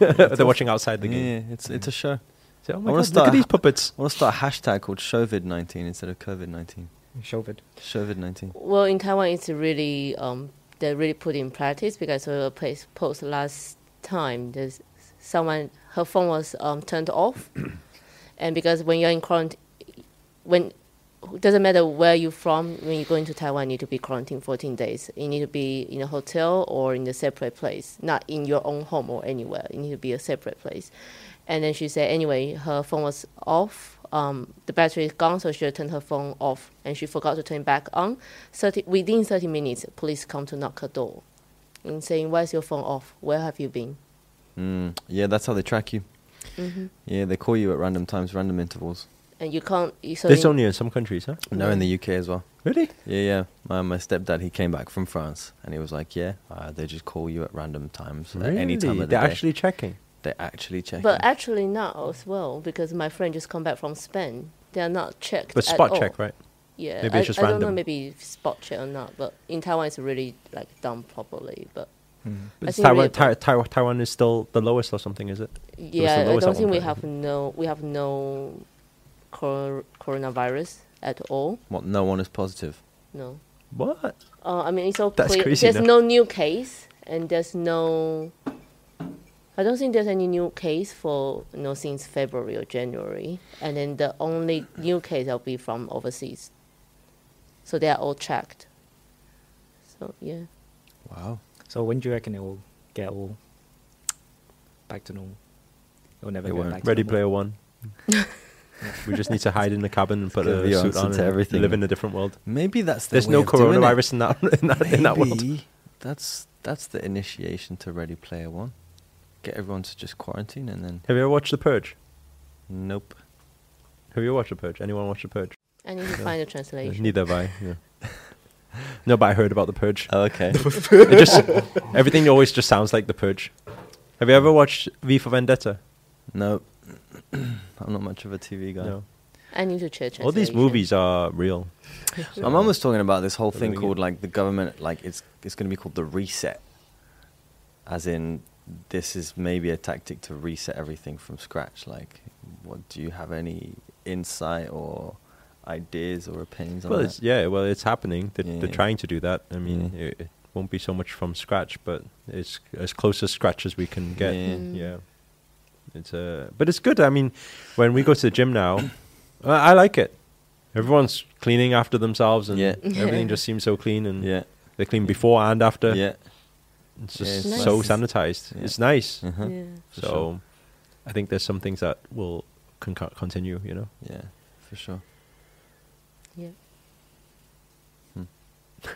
A: Yeah,
D: they're watching outside the
A: yeah.
D: game.
A: yeah it's it's a show.
D: Say, oh
A: I wanna
D: my god! Look
A: start-
D: at these puppets.
A: I want to start a hashtag called Shovid19 instead of COVID19.
B: Chauvid.
A: Shovid19.
C: Well, in Taiwan, it's really um, they really put in practice because we place post last time. There's someone her phone was um, turned off, and because when you're in quarantine, when doesn't matter where you're from, when you go into Taiwan, you need to be quarantined 14 days. You need to be in a hotel or in a separate place, not in your own home or anywhere. You need to be a separate place. And then she said, anyway, her phone was off. Um, the battery is gone, so she turned her phone off, and she forgot to turn it back on. 30, within 30 minutes, police come to knock her door, and saying, "Where's your phone off? Where have you been?"
A: Mm, yeah, that's how they track you. Yeah, they call you at random times, random intervals.
C: And you can't. you- So
D: This
C: you-
D: only in some countries, huh?
A: No, in the UK as well.
D: Really?
A: Yeah, yeah. My, my stepdad, he came back from France and he was like, yeah, uh, they just call you at random times, at any time
D: Really?
A: of the
D: They're
A: day.
D: actually checking.
A: they actually check.
C: But
A: you.
C: actually now as well, because my friend just come back from Spain. They are not checked.
D: But
C: at
D: spot
C: all.
D: check, right?
C: Yeah,
D: Maybe
C: I,
D: it's just
C: I don't know.
D: random.
C: Maybe spot check or not. But in Taiwan, it's really like done properly. But
B: Mm.
C: I
D: But
C: think we
D: Taiwan,
C: have-
D: Ty- Taiwan, Taiwan is still the lowest or something, is it?
C: yeah, I
D: lowest
C: don't
D: at
C: think we
D: one point,
C: have no we have no cor- coronavirus at all.
A: what, no one is positive.
C: No,
D: What?
C: uh, I mean it's all
D: That's
C: clear.
D: crazy,
C: there's
D: no?
C: no new case, and there's no. I don't think there's any new case for you know since February or January, and then the only new case will be from overseas. So they are all checked. So yeah,
A: Wow.
B: So when do you reckon it will get all back to normal? It'll never
A: It
B: get
A: won't.
B: back to
D: Ready
B: normal.
D: Player One. we just need to hide in the cabin and put
A: Give
D: a
A: the
D: suit
A: answer
D: on
A: to
D: and
A: everything.
D: live in a different world.
A: Maybe that's the
D: There's
A: way
D: no
A: of doing it.
D: coronavirus in that in that, in that world.
A: Maybe That's, that's the initiation to Ready Player One. Get everyone to just quarantine and then,
D: Have you ever watched The Purge?
A: nope.
D: Have you ever watched The Purge? Anyone watched The Purge?
C: I need to find a translation.
D: Neither have I. Yeah. no, but I heard about The Purge.
A: Oh, okay.
D: It just everything always just sounds like The Purge. Have you ever watched V for Vendetta?
A: nope. I'm not much of a TV guy.
D: No.
C: I need to check.
D: All these
C: translation.
D: movies are real.
A: My mum was talking about this whole
D: What do
A: thing
D: we
A: called
D: get?
A: like the government, like it's it's going to be called the reset, as in this is maybe a tactic to reset everything from scratch. Like, what do you have any insight or ideas or opinions on
D: Well,
A: that?
D: it's, yeah, well, it's happening. They're,
A: Yeah,
D: they're
A: yeah.
D: trying to do that. I mean,
A: Yeah.
D: it, it won't be so much from scratch, but it's as close as scratch as we can get.
A: Yeah.
D: Yeah,
A: Mm.
D: it's uh, but it's good. I mean, when we go to the gym now, I, I like it. Everyone's cleaning after themselves, and
A: Yeah.
D: everything just seems so clean. And
A: yeah,
D: they clean before and after.
A: yeah,
D: It's
A: Yeah,
D: just
C: it's
D: so
C: nice.
D: sanitized.
A: Yeah.
D: It's nice.
A: uh-huh. yeah,
C: Yeah.
A: For
D: So,
A: sure.
D: I think there's some things that will con- continue. You know.
A: for sure.
C: Yeah.
D: Hmm.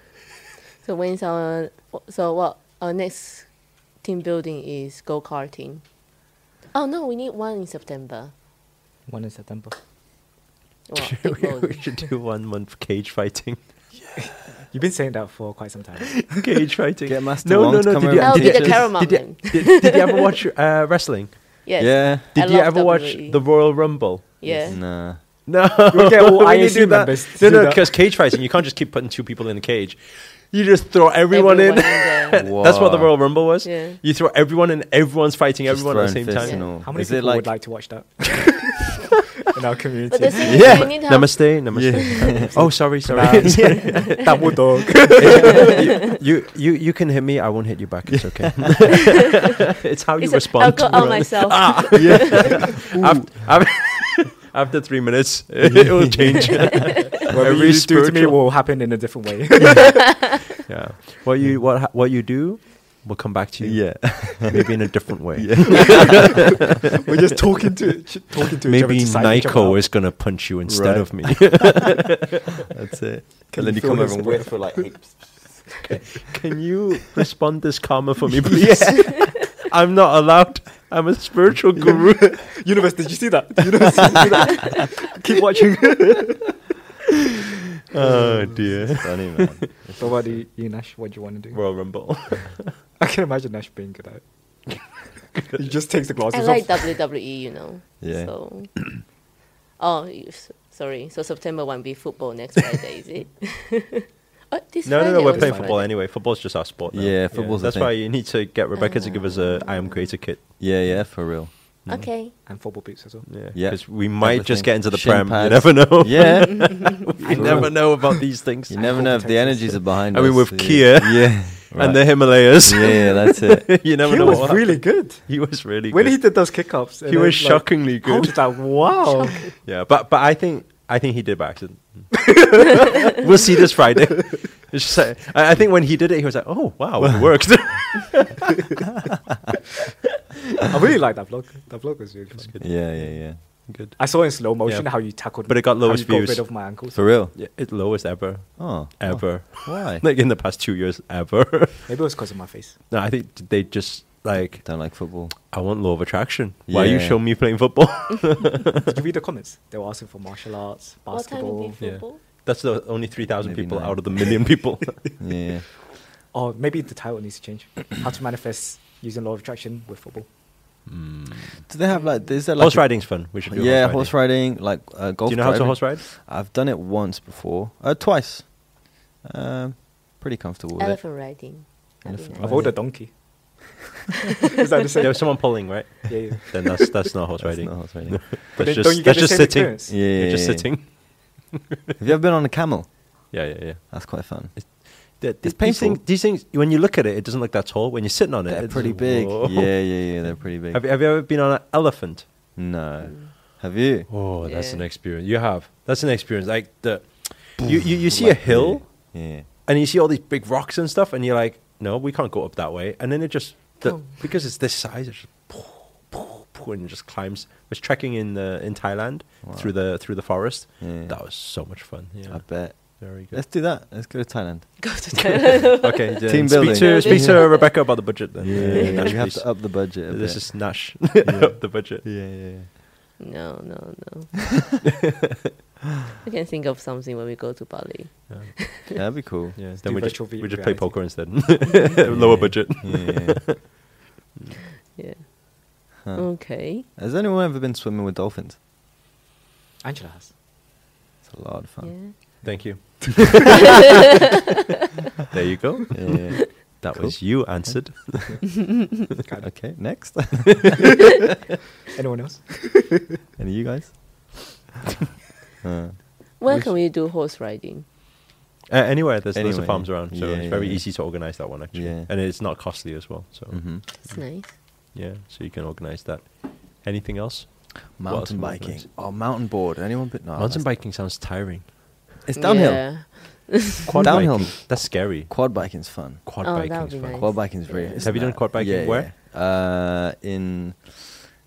C: so when's our so what our next team building is go karting. Oh no, we need one in September.
B: One in September.
C: Well, team
D: we
C: building.
D: should do one month cage fighting.
B: You've been saying that for quite some time.
D: cage fighting.
A: Get Master
D: no, no,
A: Wong to
D: no.
A: come
D: Did
A: over
D: you,
A: and
C: I'll
D: did
C: be the
D: you-
C: caramel
D: did
C: man.
D: you, did, did you ever watch uh, wrestling?
C: Yes.
A: Yeah.
C: I
D: Did you
C: love
D: ever watch
C: WWE.
D: the Royal Rumble?
C: Yeah.
A: Nah.
D: No,
B: We'll get all
D: we
B: IAC
D: do that.
B: members to
D: No,
B: do
D: no,
B: that.
D: because cage fighting, you can't just keep putting two people in a cage. You just throw everyone,
C: Everyone
D: in.
C: there.
D: That's what the
A: Wow.
D: Royal Rumble was.
C: Yeah.
D: You throw everyone in, everyone's fighting
A: Just
D: everyone at the
A: throwing
D: same
A: fists and
D: time.
C: Yeah.
A: all.
B: How many
A: Is it
B: people
A: like,
B: would like to watch that? in our community.
C: But the thing is,
D: yeah.
C: you need to have
D: Namaste. Namaste. oh, sorry, sorry.
B: Tamu dog.
D: you, you you you can hit me. I won't hit you back. It's okay. it's how you
C: it's a-
D: respond.
C: I've got
D: to Ah,
C: on
D: it.
C: myself.
D: After, after, after three minutes, it will change.
B: Whatever
D: Every
B: you do to me
D: spiritual-
B: will happen in a different way.
D: yeah. What you what ha- what you do will come back to you.
A: yeah.
D: Maybe in a different way.
B: We're just talking to ch- talking to
D: Maybe
B: each other. to sign each other
D: Nico
B: out.
D: is gonna punch you
A: Right.
D: instead of me.
A: That's it. and then
B: Can you
A: you
B: feel
A: come
B: his
A: over and
B: whip?
A: wait for like heaps.
D: Can you respond this karma for me, please? I'm not allowed. I'm a spiritual guru.
B: Universe, did you see that? Did Universe, did you see that? Keep watching.
D: oh dear.
A: Funny man.
B: so what do you, you, Nash? What do you want to do?
D: Royal Rumble.
B: I can imagine Nash being good at it. he just takes the
C: I
B: glasses
C: like
B: off.
C: WWE, you know.
A: Yeah.
C: So. oh, you- s- sorry. So September one be football next Friday, is it? oh, this
D: No, no,
C: Friday
D: no.
C: or
D: We're
C: this Friday?
D: playing football anyway. Football's just our sport. Now.
A: Yeah, football's the
D: That's
A: thing.
D: why you need to get Rebecca to give us a I am creator kit.
A: Yeah, yeah, for real.
C: Okay.
B: And football boots as well.
D: Yeah,
A: Yeah.
D: because we might just
A: Everything.
D: get into the
A: Shin
D: prem. You
A: pads.
D: never know.
A: Yeah.
D: you never know about these things.
A: You never know if the energies are behind
D: I
A: us.
D: mean, with
A: yeah.
D: Kia
A: Yeah.
D: and the
A: Right.
D: Himalayas.
A: Yeah, yeah, that's it.
D: you never
B: he
D: know.
B: was
D: what
B: really
D: happened.
B: good.
D: He was really
B: When
D: good.
B: he did those kickups, and
D: He
B: then,
D: was
B: like, I
D: shockingly
B: was
D: good.
B: just like, wow.
D: Yeah, but but I think I think he did by accident. we'll see this Friday. It's just like- I, I think when he did it, he was like, "Oh wow, it worked."
B: I really like that vlog. That vlog was really fun.
D: good.
A: Yeah, yeah, yeah.
D: good.
B: I saw in slow motion
D: Yeah.
B: how you tackled,
D: But it got
B: how
D: lowest
B: you got
D: views.
B: rid of my ankles.
A: For real.
D: Yeah, it's lowest ever,
A: Oh.
D: ever.
A: Why?
D: Like in the past two years, ever.
B: Maybe it was because of my face.
D: no, I think they just like
A: Don't like football.
D: I want law of attraction. Why you
A: Yeah.
D: show me playing football?
B: Did you read the comments? They were asking for martial arts,
C: What time
B: basketball.
C: will be
D: Yeah.
C: football?
D: That's the only three thousand
A: Maybe
D: people
A: nine.
D: out of the million people.
A: Yeah.
B: Or Oh, maybe the title needs to change. How to manifest using law of attraction with football.
A: Do they have like? Is there like
D: horse
A: a-
D: riding's fun. We should do
A: Yeah,
D: horse
A: horse
D: riding.
A: riding, like uh, golf.
D: Do you know how to
A: driving.
D: horse ride?
A: I've done it once before, uh, twice. Um, pretty comfortable with
C: Elephant riding. That'd be
A: Elephant
C: nice.
B: I've ordered a donkey. Is that the same?
D: There was someone pulling, right?
B: Yeah, yeah.
D: Then that's that's not horse
A: it. That's
D: riding.
A: not horse riding.
B: But
D: that's
B: then
D: just,
B: don't you get
D: that's
B: the
D: just
B: same
D: sitting.
B: experience?
A: Yeah,
D: You're
A: yeah,
D: just
A: yeah.
D: sitting.
A: have you ever been on a camel?
D: Yeah, yeah, yeah.
A: That's quite fun.
D: these,
A: painful.
D: things, these things, when you look at it, it doesn't look that tall. When you're sitting on it,
A: They're
D: it's
A: pretty
D: just,
A: big.
D: whoa.
A: Yeah, yeah, yeah. They're pretty big.
D: Have you, have you ever been on an elephant?
A: no, have you?
D: Oh, that's
C: Yeah.
D: an experience. You have. That's an experience. Like the, you, you, you see a
A: Like,
D: hill
A: Yeah.
D: and you see all these big rocks and stuff, and you're like, no, we can't go up that way. And then it just the,
C: Oh.
D: because it's this size, it just poof, poof, poof, and it just climbs. I was trekking in the in Thailand
A: Wow.
D: through the through the forest.
A: Yeah.
D: That was so much fun.
A: yeah.
D: Yeah,
A: I bet.
D: very good.
A: Let's do that. Let's go to Thailand.
C: Go to Thailand.
D: okay, then
A: Team
D: speak
A: building.
D: to speak to
C: Yeah.
D: Rebecca about the budget then.
A: Yeah,
D: Nash,
A: we have
D: please.
A: to up the budget. A
D: this
A: bit.
D: is Nash
A: Yeah.
D: the budget.
A: yeah, yeah, yeah.
C: no, no, no. we can think of something when we go to Bali.
D: Yeah.
A: That'd be cool.
D: Yeah,
B: do
D: then we just,
B: virtual
D: we just play
B: reality.
D: poker instead.
A: Yeah.
D: Lower budget.
A: Yeah.
C: Yeah.
D: Ah.
A: Huh.
C: Okay.
A: Has anyone ever been swimming with dolphins?
B: Angela has.
A: It's a lot of fun.
C: Yeah.
D: Thank you. there you go.
A: Yeah. yeah.
D: That
A: Cool.
D: was you answered.
B: Kind of.
A: okay, next.
B: Anyone else?
A: Any of you guys? Huh.
C: Where can we do horse riding?
D: Uh, anywhere there's lots
A: Anyway.
D: of farms around, so
A: Yeah,
D: it's very
A: yeah.
D: easy to organize that one actually,
A: Yeah.
D: and it's not costly as well. So
A: Mhm.
C: That's
D: Mm.
C: nice.
D: yeah, so you can organize that. Anything else? What else
A: Mountain
D: can we
A: biking.
D: organise?
A: Oh, mountain board. Anyone? But no,
D: Mountain
A: Ah, that's-
D: biking sounds tiring.
A: It's downhill.
C: Yeah.
D: Quad
A: Downhill.
D: biking, that's scary.
A: Quad biking's fun.
D: Quad
C: Oh, that
D: biking
C: would be
D: fun.
C: nice.
A: Quad biking's really.
C: Yeah.
A: it's
D: Have you done
A: mad.
D: quad biking?
A: Yeah,
D: Where?
A: yeah. Uh, in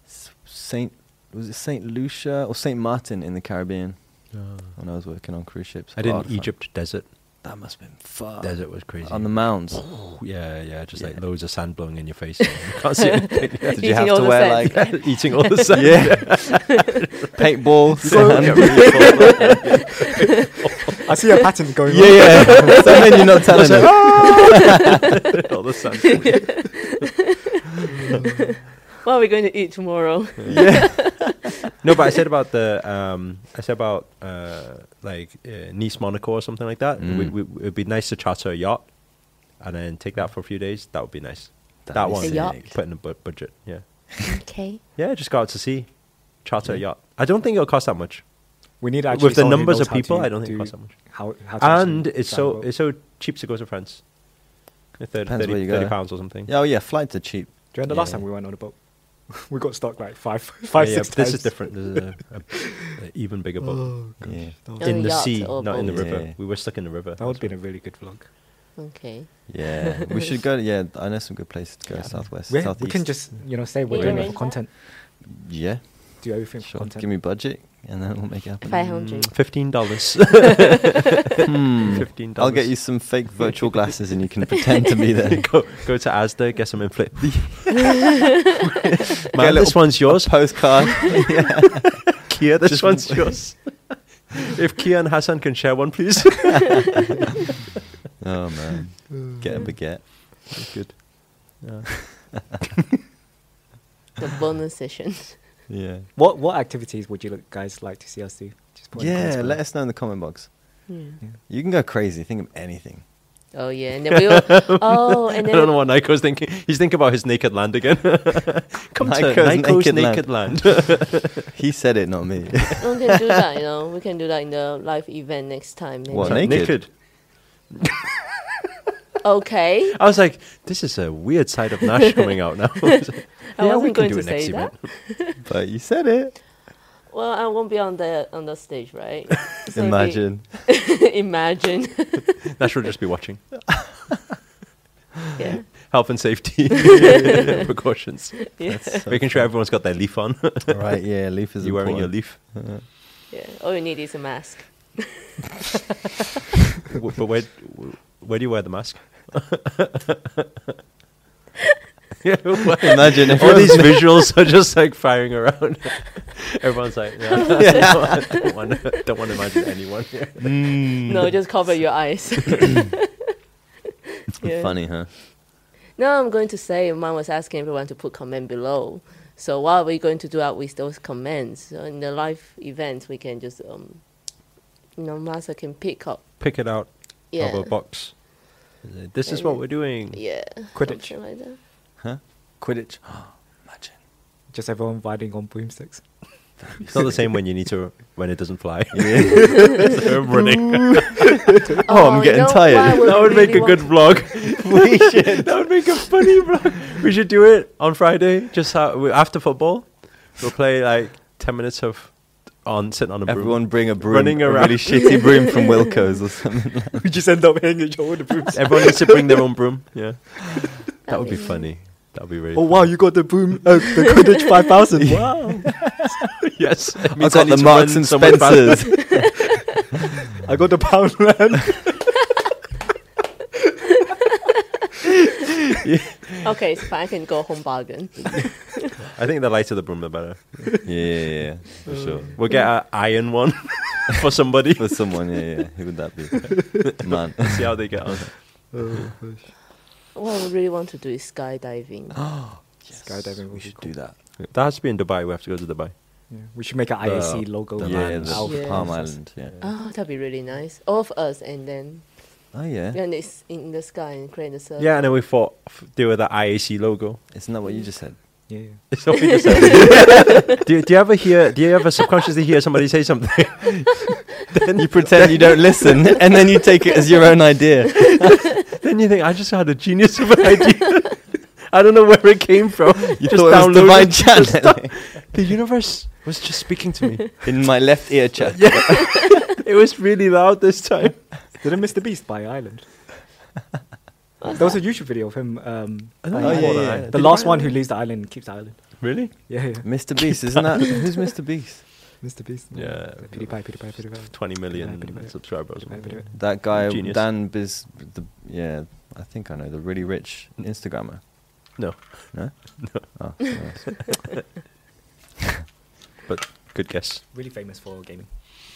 A: S- Saint was it Saint Lucia or Saint Martin in the Caribbean
D: Ah.
A: when I was working on cruise ships.
D: I
A: A
D: did
A: lot
D: in
A: of fun.
D: Egypt desert.
A: That must have been fun.
D: Desert was crazy.
A: on the mounds.
D: yeah, yeah, just like
A: Yeah.
D: loads of sand blowing in your face. you can't see anything.
A: Did you
C: Eating
A: have
C: all
A: to
C: the
A: wear
C: sand.
A: like
D: Eating all the sand.
A: yeah paintball? sand.
D: Yeah,
A: Yeah,
B: I see a pattern going on.
A: yeah. so then you're not telling me.
D: all the sand.
C: What are we going to eat tomorrow?
D: No, but I said about the um, I said about uh, like uh, Nice, Monaco, or something like that. We,
A: Mm.
D: we, it'd be nice to charter a yacht and then take that for a few days. That would be nice.
A: That'd
D: that
A: be
D: one,
C: A yacht?
D: put in the bu- budget. Yeah,
C: okay.
D: yeah, just go out to sea, charter a
A: Yeah.
D: yacht. I I don't think it'll cost that much.
B: We need to actually
D: With the
B: someone who
D: numbers
B: knows
D: of
B: how to
D: people, I don't think it
B: do
D: costs that much.
B: How, how to
D: And
B: actually
D: it's
B: plan
D: so
B: boat.
D: it's so cheap to go to France. Uh, thirty-
A: Depends where
D: 30
A: you
D: 30
A: go.
D: pounds or something.
A: Yeah, oh yeah, flights are cheap.
B: Do you remember the last
A: Yeah.
B: time we went on a boat? we got stuck like five, five,
D: Yeah,
B: six
D: but
B: times.
D: This is different. This is a, a- a even bigger boat.
B: Oh, gosh.
A: Yeah.
B: That,
C: On
B: would,
C: a
D: in the
C: yacht
D: sea,
C: or
D: not in the
A: boat.
D: river.
A: Yeah.
D: We were stuck in the river.
B: that would have
D: That's
B: been a really good vlog.
C: Okay.
A: Yeah, we should go. Yeah, I know some good places to go.
B: Yeah.
A: Southwest,
B: Yeah,
A: southeast.
B: we can just, you know, say we're
C: Yeah,
B: doing it
C: arrange
B: for
C: that.
B: content.
A: yeah,
B: Do everything
A: sure.
B: for content.
A: Give me budget, and then we'll make it happen.
C: Five hundred.
D: Mm, Fifteen dollars.
A: Hmm.
D: Fifteen dollars.
A: I'll get you some fake virtual glasses, and you can pretend to be there.
D: go go to Asda, get some inflate.
A: Get a
D: Man, this
A: little
D: one's yours.
A: postcard. yeah.
D: Kia, this
A: Just-
D: one's yours. if Kia and Hassan can share one, please.
A: Oh man, get a baguette.
D: Good. Yeah.
C: The bonus session.
A: Yeah.
B: What what activities would you look- guys like to see us do? Just put in the comments
A: Yeah.
B: below.
A: Let us know in the comment box.
C: Yeah.
B: Yeah.
A: You can go crazy. Think of anything.
C: Oh yeah, and then we will. Oh, and
D: I don't know
C: then
D: what Nico's thinking. He's thinking about his naked land again. Come
A: Nico's
D: to Nico's
A: naked
D: naked,
A: land.
D: land.
A: He said it, not me.
C: we can do that. You know, we can do that in the live event next time. maybe.
A: What, naked?
C: Okay.
D: I was like, this is a weird side of Nash coming out now.
C: I
D: yeah,
C: wasn't
D: we can
C: going
D: do
C: to
D: it next
C: say
D: event.
A: but you said it.
C: Well, I won't be on the on the stage, right? So it'd
A: Imagine.
C: be- imagine.
D: Nash will just be watching.
C: yeah.
D: Health and safety precautions.
C: Yeah.
A: That's so
D: Making sure everyone's got their leaf on.
A: right. Yeah. Leaf is
D: you wearing your
A: important.
D: leaf?
C: yeah. All you need is a mask.
D: W- but where, where do you wear the mask? Yeah, why-
A: Imagine if
D: all
A: you're-
D: these visuals are just like firing around. Everyone's like, yeah, I don't want to don't wanna imagine anyone.
C: No, just cover your eyes. Yeah.
A: Funny, huh?
C: No, I'm going to say, mom was asking everyone to put comment below. So what are we going to do out with those comments? So in the live events, we can just, um, you know, Master can pick up.
D: Pick it out
C: Yeah.
D: of a box. This is what we're doing.
C: Yeah.
B: Quidditch.
C: something Like that.
A: Quidditch. Imagine.
B: Just everyone riding on broomsticks.
D: It's not the same when you need to when it doesn't fly. So I'm running.
C: Oh,
A: I'm
C: you
A: getting
C: know
A: tired.
C: what I
D: that would make
C: really
D: a good
C: want-
D: vlog. we should. That would make a funny vlog. We should do it on Friday, just how, we- after football. We'll play like ten minutes of on sitting on a
A: Everyone bring a broom.
D: Running
A: a
D: around.
A: really shitty broom from Wilco's or something.
B: we just end up hanging over the brooms.
D: broom. Everyone needs to bring their own broom. Yeah, that
C: That'd
D: would be
C: be-
D: funny. That would be really.
B: oh wow, you got the broom,
A: Oh,
B: uh, the Quidditch five thousand. Wow,
D: yes, it
A: I
D: means
A: got
D: need
A: the
D: to
A: Marks
D: run
A: and
D: someone past-
A: Spencers.
B: I got the pound land.
C: Okay, it's fine. I can go home bargain.
D: I think the lighter the broom, the better.
A: yeah, yeah, yeah, for sure.
D: We'll get an iron one for somebody.
A: For someone, yeah, yeah. Who would that be? Man.
D: See how they get on.
C: what I really want to do is skydiving.
A: Yes.
B: Skydiving would
A: We
B: be
A: should
B: cool.
A: do that.
D: That has to be in Dubai. We have to go to Dubai.
B: Yeah, we should make an IAC logo.
A: The
B: and
A: Uh, yeah, the
B: our
C: Yeah.
A: Palm
B: sponsors.
A: Island. Yeah.
C: Oh, that'd be really nice. All of us, and then
A: Oh yeah.
C: and it's in the sky and create a circle.
D: Yeah, and then we thought f- do with the IAC logo.
A: Isn't that what you just said?
B: Yeah, yeah.
D: It's what we just said. do, you- do you ever hear? Do you ever subconsciously hear somebody say something?
A: then you pretend you don't listen, and then you take it as your own idea.
D: then you think I just had a genius of an idea. I don't know where it came from.
A: You
D: Just
A: thought it was
D: download
A: divine
D: it.
A: channeling
D: The universe was just speaking to me.
A: in my left ear chat.
D: It was really loud this time.
B: Didn't Mr. Beast buy Island? there was a YouTube video of him. Um,
D: don't
B: buying
A: know. Oh,
B: Island.
A: yeah, yeah, yeah.
B: The
D: Did he
B: last
D: buy
B: one
D: it?
B: who leaves the island keeps the island.
D: Really?
B: Yeah, yeah.
A: Mr. Beast, isn't that who's Mr. Beast?
B: Mr. Beast.
D: Yeah.
B: PewDiePie, PewDiePie, PewDiePie.
D: Twenty
B: Yeah, pretty
D: million
B: much.
D: subscribers.
B: PewDiePie, PewDiePie.
A: That guy
D: Genius.
A: Dan Biz, the, yeah, I think I know the really rich Instagrammer.
D: No,
A: No, no. Oh, nice.
D: but good guess.
B: Really famous for gaming,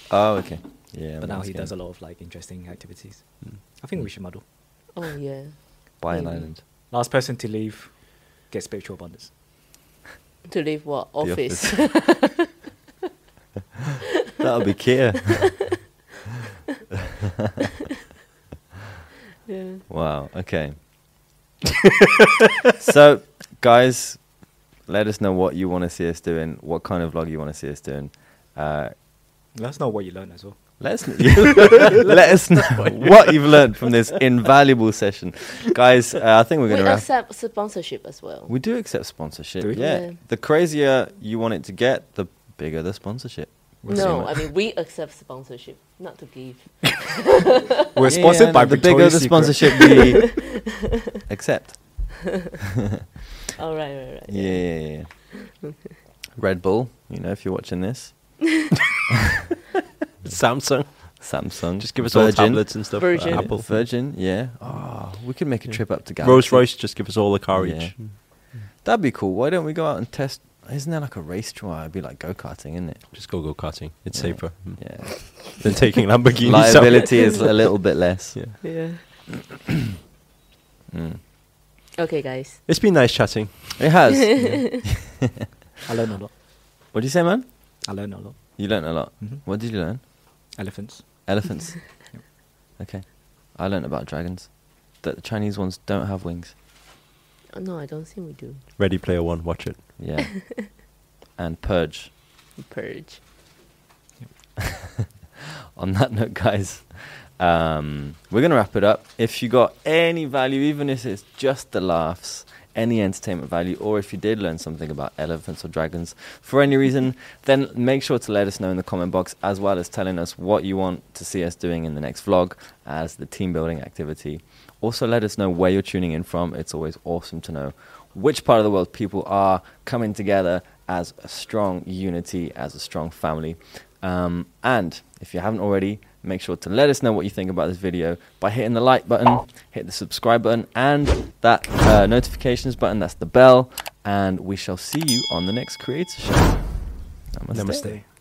A: oh okay. Yeah,
B: but now he
A: masking.
B: does a lot of like interesting activities.
A: Hmm.
B: I think we should model.
C: Oh yeah.
A: Buy an
C: Mm.
A: island.
B: Last person to leave gets spiritual abundance.
C: To leave what
A: The
C: office?
A: That'll be Kia.
C: yeah.
A: Wow. Okay. so, guys, let us know what you want to see us doing, what kind of vlog you want to see us doing, Uh,
B: Let us know what you learned as well.
A: let us kn- let us know what you've learned from this invaluable session, guys. Uh, I think we're
C: we
A: going to wrap.
C: accept sponsorship as well.
A: We do accept sponsorship.
B: Do we?
A: Yeah.
C: Yeah.
A: The crazier you want it to get, the bigger the sponsorship.
B: We'll
C: no,
A: see.
C: I mean we accept sponsorship, not to give.
A: Yeah,
B: We're sponsored
A: yeah,
B: by
A: no, the bigger
B: Victoria's
A: the
B: Secret.
A: sponsorship we accept.
C: All right, right, right.
A: Yeah, yeah, yeah. Red Bull, you know, if you're watching this,
D: Samsung.
A: Samsung,
D: Just give us all
A: Virgin,
D: tablets and stuff.
C: Virgin.
D: Uh,
A: Apple,
D: Apple.
A: Virgin, yeah. Oh, we could make a trip up to Galaxy.
D: Rolls Royce, just give us all a car
A: Yeah.
D: each.
A: That'd be cool. Why don't we go out and test? Isn't there like a race drive? It'd be like go karting, isn't it?
D: Just go go karting. It's
A: Yeah.
D: safer mm,
A: Yeah.
D: than taking Lamborghini.
A: Liability is a little bit less.
D: Yeah.
C: yeah.
A: Mm.
C: Okay, guys.
D: It's been nice chatting.
A: It has.
B: I learned a lot.
A: what do you say, man?
B: I learned a lot.
A: You learnt a lot.
D: Mm-hmm.
B: Mhm.
A: What did you learn?
B: Elephants.
A: Elephants. okay. I learnt about dragons. That the Chinese ones don't have wings.
C: Oh, no, I don't think we do.
D: Ready Player One, watch it.
A: Yeah. and purge.
C: Purge.
A: On that note, guys, um, we're going to wrap it up. If you got any value, even if it's just the laughs, any entertainment value, or if you did learn something about elephants or dragons for any reason, then make sure to let us know in the comment box, as well as telling us what you want to see us doing in the next vlog as the team building activity. Also, let us know where you're tuning in from. It's always awesome to know which part of the world people are coming together as a strong unity, as a strong family. Um, and if you haven't already, make sure to let us know what you think about this video by hitting the like button, hit the subscribe button, and that uh, notifications button. That's the bell. And we shall see you on the next creator show. Namaste.
D: Namaste.